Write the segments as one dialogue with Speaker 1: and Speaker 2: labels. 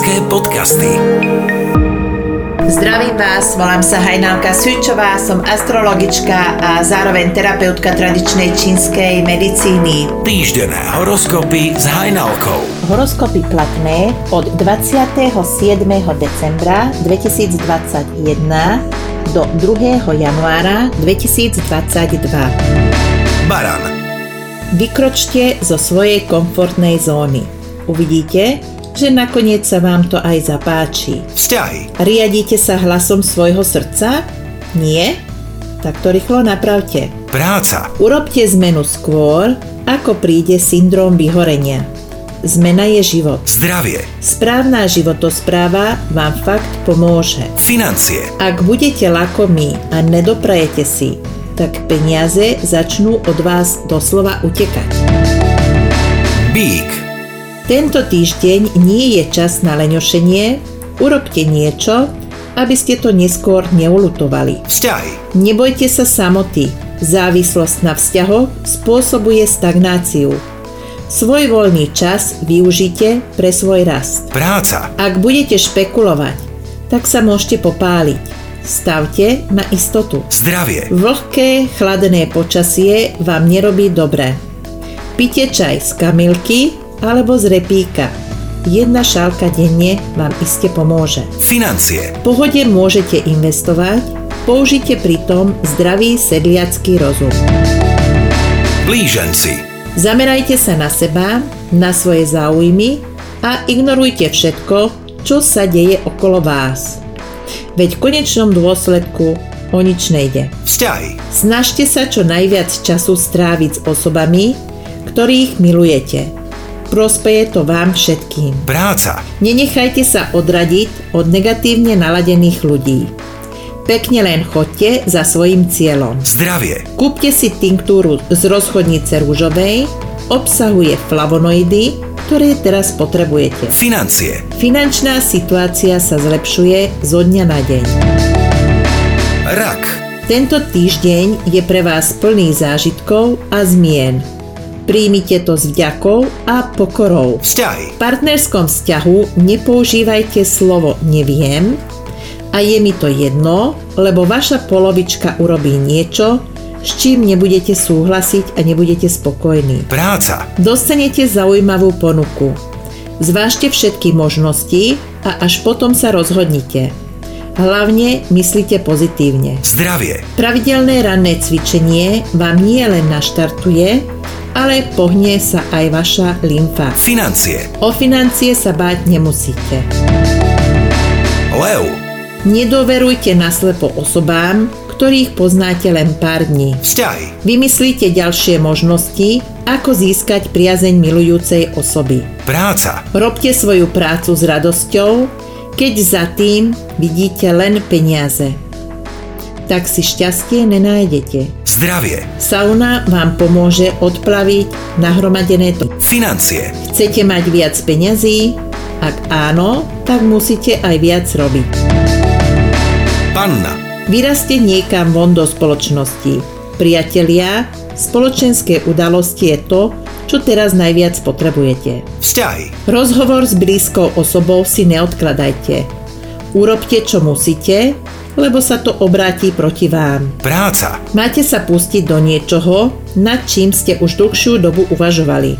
Speaker 1: Podcasty.
Speaker 2: Zdravím vás, volám sa Hajnalka Sučová, som astrologička a zároveň terapeutka tradičnej čínskej medicíny.
Speaker 1: Týždené horoskopy s Hajnalkou.
Speaker 2: Horoskopy platné od 27. decembra 2021 do 2. januára 2022.
Speaker 1: Baran.
Speaker 2: Vykročte zo svojej komfortnej zóny. Uvidíte, že nakoniec sa vám to aj zapáči.
Speaker 1: Vzťahy.
Speaker 2: Riadíte sa hlasom svojho srdca? Nie? Tak to rýchlo napravte.
Speaker 1: Práca.
Speaker 2: Urobte zmenu skôr, ako príde syndrom vyhorenia. Zmena je život.
Speaker 1: Zdravie.
Speaker 2: Správna životospráva vám fakt pomôže.
Speaker 1: Financie.
Speaker 2: Ak budete lakomí a nedoprajete si, tak peniaze začnú od vás doslova utekať.
Speaker 1: Bík.
Speaker 2: Tento týždeň nie je čas na leňošenie, urobte niečo, aby ste to neskôr neulutovali.
Speaker 1: Vzťahy.
Speaker 2: Nebojte sa samoty. Závislosť na vzťahoch spôsobuje stagnáciu. Svoj voľný čas využite pre svoj rast.
Speaker 1: Práca.
Speaker 2: Ak budete špekulovať, tak sa môžete popáliť. Stavte na istotu.
Speaker 1: Zdravie.
Speaker 2: Vlhké, chladné počasie vám nerobí dobre. Pite čaj z kamilky alebo z repíka. Jedna šálka denne vám iste pomôže
Speaker 1: Financie.
Speaker 2: pohode môžete investovať, použite pritom zdravý sedliacký rozum.
Speaker 1: Blíženci.
Speaker 2: Zamerajte sa na seba, na svoje záujmy a ignorujte všetko, čo sa deje okolo vás. Veď v konečnom dôsledku o nič nejde.
Speaker 1: Vzťahy.
Speaker 2: Snažte sa čo najviac času stráviť s osobami, ktorých milujete. Prospeje to vám všetkým.
Speaker 1: Práca.
Speaker 2: Nenechajte sa odradiť od negatívne naladených ľudí. Pekne len chodte za svojim cieľom.
Speaker 1: Zdravie.
Speaker 2: Kúpte si tinktúru z rozchodnice rúžovej, obsahuje flavonoidy, ktoré teraz potrebujete.
Speaker 1: Financie.
Speaker 2: Finančná situácia sa zlepšuje zo dňa na deň.
Speaker 1: Rak.
Speaker 2: Tento týždeň je pre vás plný zážitkov a zmien. Príjmite to s vďakou a pokorou.
Speaker 1: Vzťahy.
Speaker 2: V partnerskom vzťahu nepoužívajte slovo neviem a je mi to jedno, lebo vaša polovička urobí niečo, s čím nebudete súhlasiť a nebudete spokojní.
Speaker 1: Práca.
Speaker 2: Dostanete zaujímavú ponuku. Zvážte všetky možnosti a až potom sa rozhodnite. Hlavne myslite pozitívne.
Speaker 1: Zdravie.
Speaker 2: Pravidelné ranné cvičenie vám nie len naštartuje, ale pohne sa aj vaša lymfa.
Speaker 1: Financie.
Speaker 2: O financie sa báť nemusíte.
Speaker 1: Lev.
Speaker 2: Nedoverujte naslepo osobám, ktorých poznáte len pár dní.
Speaker 1: Vzťahy.
Speaker 2: Vymyslíte ďalšie možnosti, ako získať priazeň milujúcej osoby.
Speaker 1: Práca.
Speaker 2: Robte svoju prácu s radosťou, keď za tým vidíte len peniaze. Tak si šťastie nenájdete.
Speaker 1: Zdravie.
Speaker 2: Sauna vám pomôže odplaviť nahromadené to.
Speaker 1: Financie.
Speaker 2: Chcete mať viac peňazí? Ak áno, tak musíte aj viac robiť.
Speaker 1: Panna.
Speaker 2: Vyraste niekam von do spoločnosti. Priatelia, spoločenské udalosti je to, čo teraz najviac potrebujete.
Speaker 1: Vzťahy.
Speaker 2: Rozhovor s blízkou osobou si neodkladajte. Urobte, čo musíte, lebo sa to obráti proti vám.
Speaker 1: Práca.
Speaker 2: Máte sa pustiť do niečoho, nad čím ste už dlhšiu dobu uvažovali.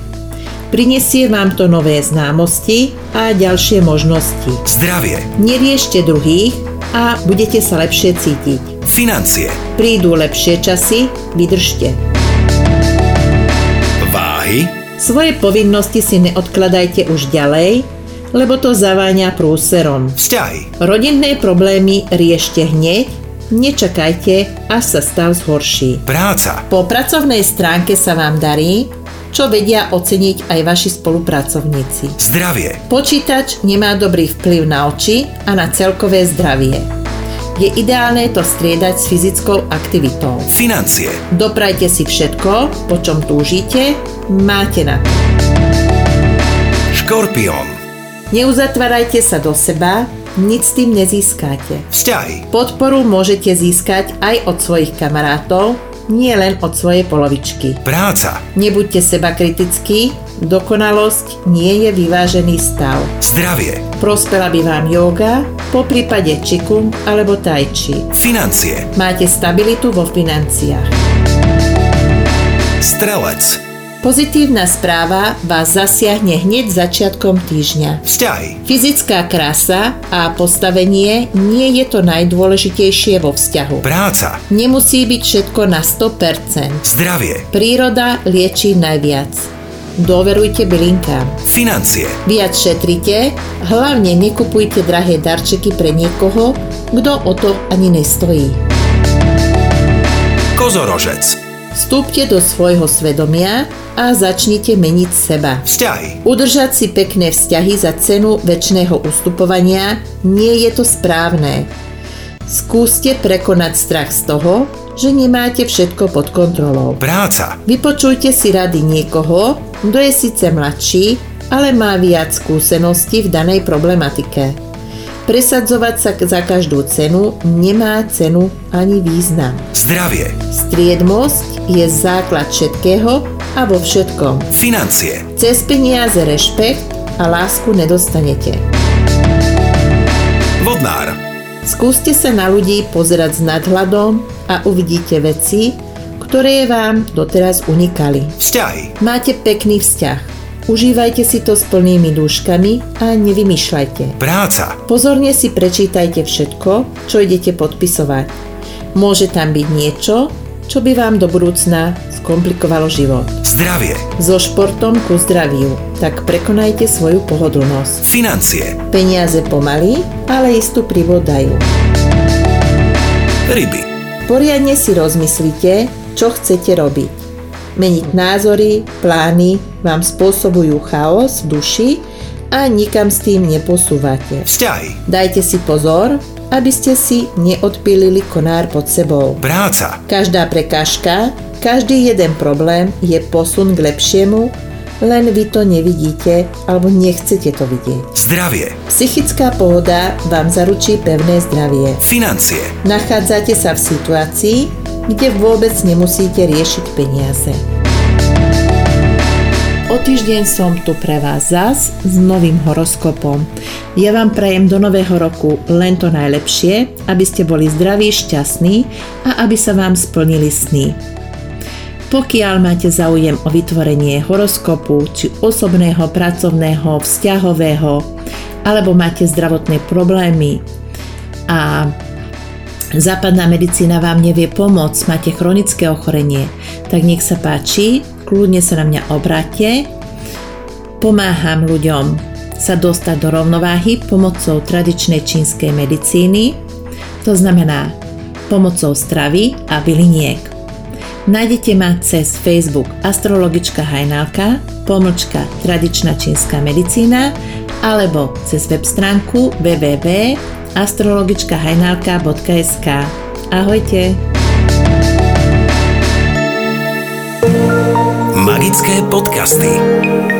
Speaker 2: Prinesie vám to nové známosti a ďalšie možnosti.
Speaker 1: Zdravie.
Speaker 2: Neriešte druhých a budete sa lepšie cítiť.
Speaker 1: Financie.
Speaker 2: Prídu lepšie časy, vydržte.
Speaker 1: Váhy.
Speaker 2: Svoje povinnosti si neodkladajte už ďalej, lebo to zaváňa prúserom.
Speaker 1: Vzťahy.
Speaker 2: Rodinné problémy riešte hneď, nečakajte, až sa stav zhorší.
Speaker 1: Práca.
Speaker 2: Po pracovnej stránke sa vám darí, čo vedia oceniť aj vaši spolupracovníci.
Speaker 1: Zdravie.
Speaker 2: Počítač nemá dobrý vplyv na oči a na celkové zdravie. Je ideálne to striedať s fyzickou aktivitou.
Speaker 1: Financie.
Speaker 2: Doprajte si všetko, po čom túžite, máte na to.
Speaker 1: Škorpión.
Speaker 2: Neuzatvárajte sa do seba, nic s tým nezískate.
Speaker 1: Vzťahy.
Speaker 2: Podporu môžete získať aj od svojich kamarátov, nie len od svojej polovičky.
Speaker 1: Práca.
Speaker 2: Nebuďte seba kritickí, Dokonalosť nie je vyvážený stav.
Speaker 1: zdravie,
Speaker 2: Prospela by vám yoga, po prípade čikum alebo tai chi.
Speaker 1: financie,
Speaker 2: Máte stabilitu vo financiách.
Speaker 1: strelec,
Speaker 2: Pozitívna správa vás zasiahne hneď začiatkom týždňa.
Speaker 1: vzťahy,
Speaker 2: Fyzická krasa a postavenie nie je to najdôležitejšie vo vzťahu.
Speaker 1: práca,
Speaker 2: Nemusí byť všetko na 100%.
Speaker 1: zdravie,
Speaker 2: Príroda lieči najviac. Doverujte bylinkám.
Speaker 1: financie,
Speaker 2: Viac šetrite, hlavne nekupujte drahé darčeky pre niekoho, kto o to ani nestojí.
Speaker 1: kozorožec,
Speaker 2: Vstúpte do svojho svedomia a začnite meniť seba.
Speaker 1: vzťahy,
Speaker 2: Udržať si pekné vzťahy za cenu väčšného ustupovania nie je to správne. Skúste prekonať strach z toho, že nemáte všetko pod kontrolou.
Speaker 1: práca,
Speaker 2: Vypočujte si rady niekoho, kto je síce mladší, ale má viac skúseností v danej problematike. Presadzovať sa k- za každú cenu nemá cenu ani význam.
Speaker 1: zdravie,
Speaker 2: Striedmosť je základ všetkého a vo všetkom.
Speaker 1: financie,
Speaker 2: Cez peniaze rešpekt a lásku nedostanete.
Speaker 1: vodnár,
Speaker 2: Skúste sa na ľudí pozerať s nadhľadom a uvidíte veci, ktoré vám doteraz unikali.
Speaker 1: vzťahy,
Speaker 2: Máte pekný vzťah. Užívajte si to s plnými dúškami a nevymýšľajte.
Speaker 1: práca,
Speaker 2: Pozorne si prečítajte všetko, čo idete podpisovať. Môže tam byť niečo, čo by vám do budúcna skomplikovalo život.
Speaker 1: zdravie,
Speaker 2: So športom ku zdraviu, tak prekonajte svoju pohodlnosť.
Speaker 1: financie,
Speaker 2: Peniaze pomaly, ale istú privodajú.
Speaker 1: ryby,
Speaker 2: Poriadne si rozmyslite, čo chcete robiť. Meniť názory, plány vám spôsobujú chaos v duši a nikam s tým neposúvate.
Speaker 1: vzťahy,
Speaker 2: Dajte si pozor, aby ste si neodpilili konár pod sebou.
Speaker 1: práca,
Speaker 2: Každá prekážka, každý jeden problém je posun k lepšiemu, len vy to nevidíte alebo nechcete to vidieť.
Speaker 1: zdravie,
Speaker 2: Psychická pohoda vám zaručí pevné zdravie.
Speaker 1: financie,
Speaker 2: Nachádzate sa v situácii, kde vôbec nemusíte riešiť peniaze. O týždeň som tu pre vás zas s novým horoskopom. Ja vám prajem do nového roku len to najlepšie, aby ste boli zdraví, šťastní a aby sa vám splnili sny. Pokiaľ máte záujem o vytvorenie horoskopu, či osobného, pracovného, vzťahového, alebo máte zdravotné problémy a Západná medicína vám nevie pomôcť, máte chronické ochorenie, tak nech sa páči, kľudne sa na mňa obráte. Pomáham ľuďom sa dostať do rovnováhy pomocou tradičnej čínskej medicíny, to znamená pomocou stravy a byliniek. Nájdete ma cez Facebook Astrologička Hajnalka, pomlčka Tradičná čínska medicína alebo cez web stránku www.astrologičkahajnalka.sk Ahojte!
Speaker 1: magické podcasty.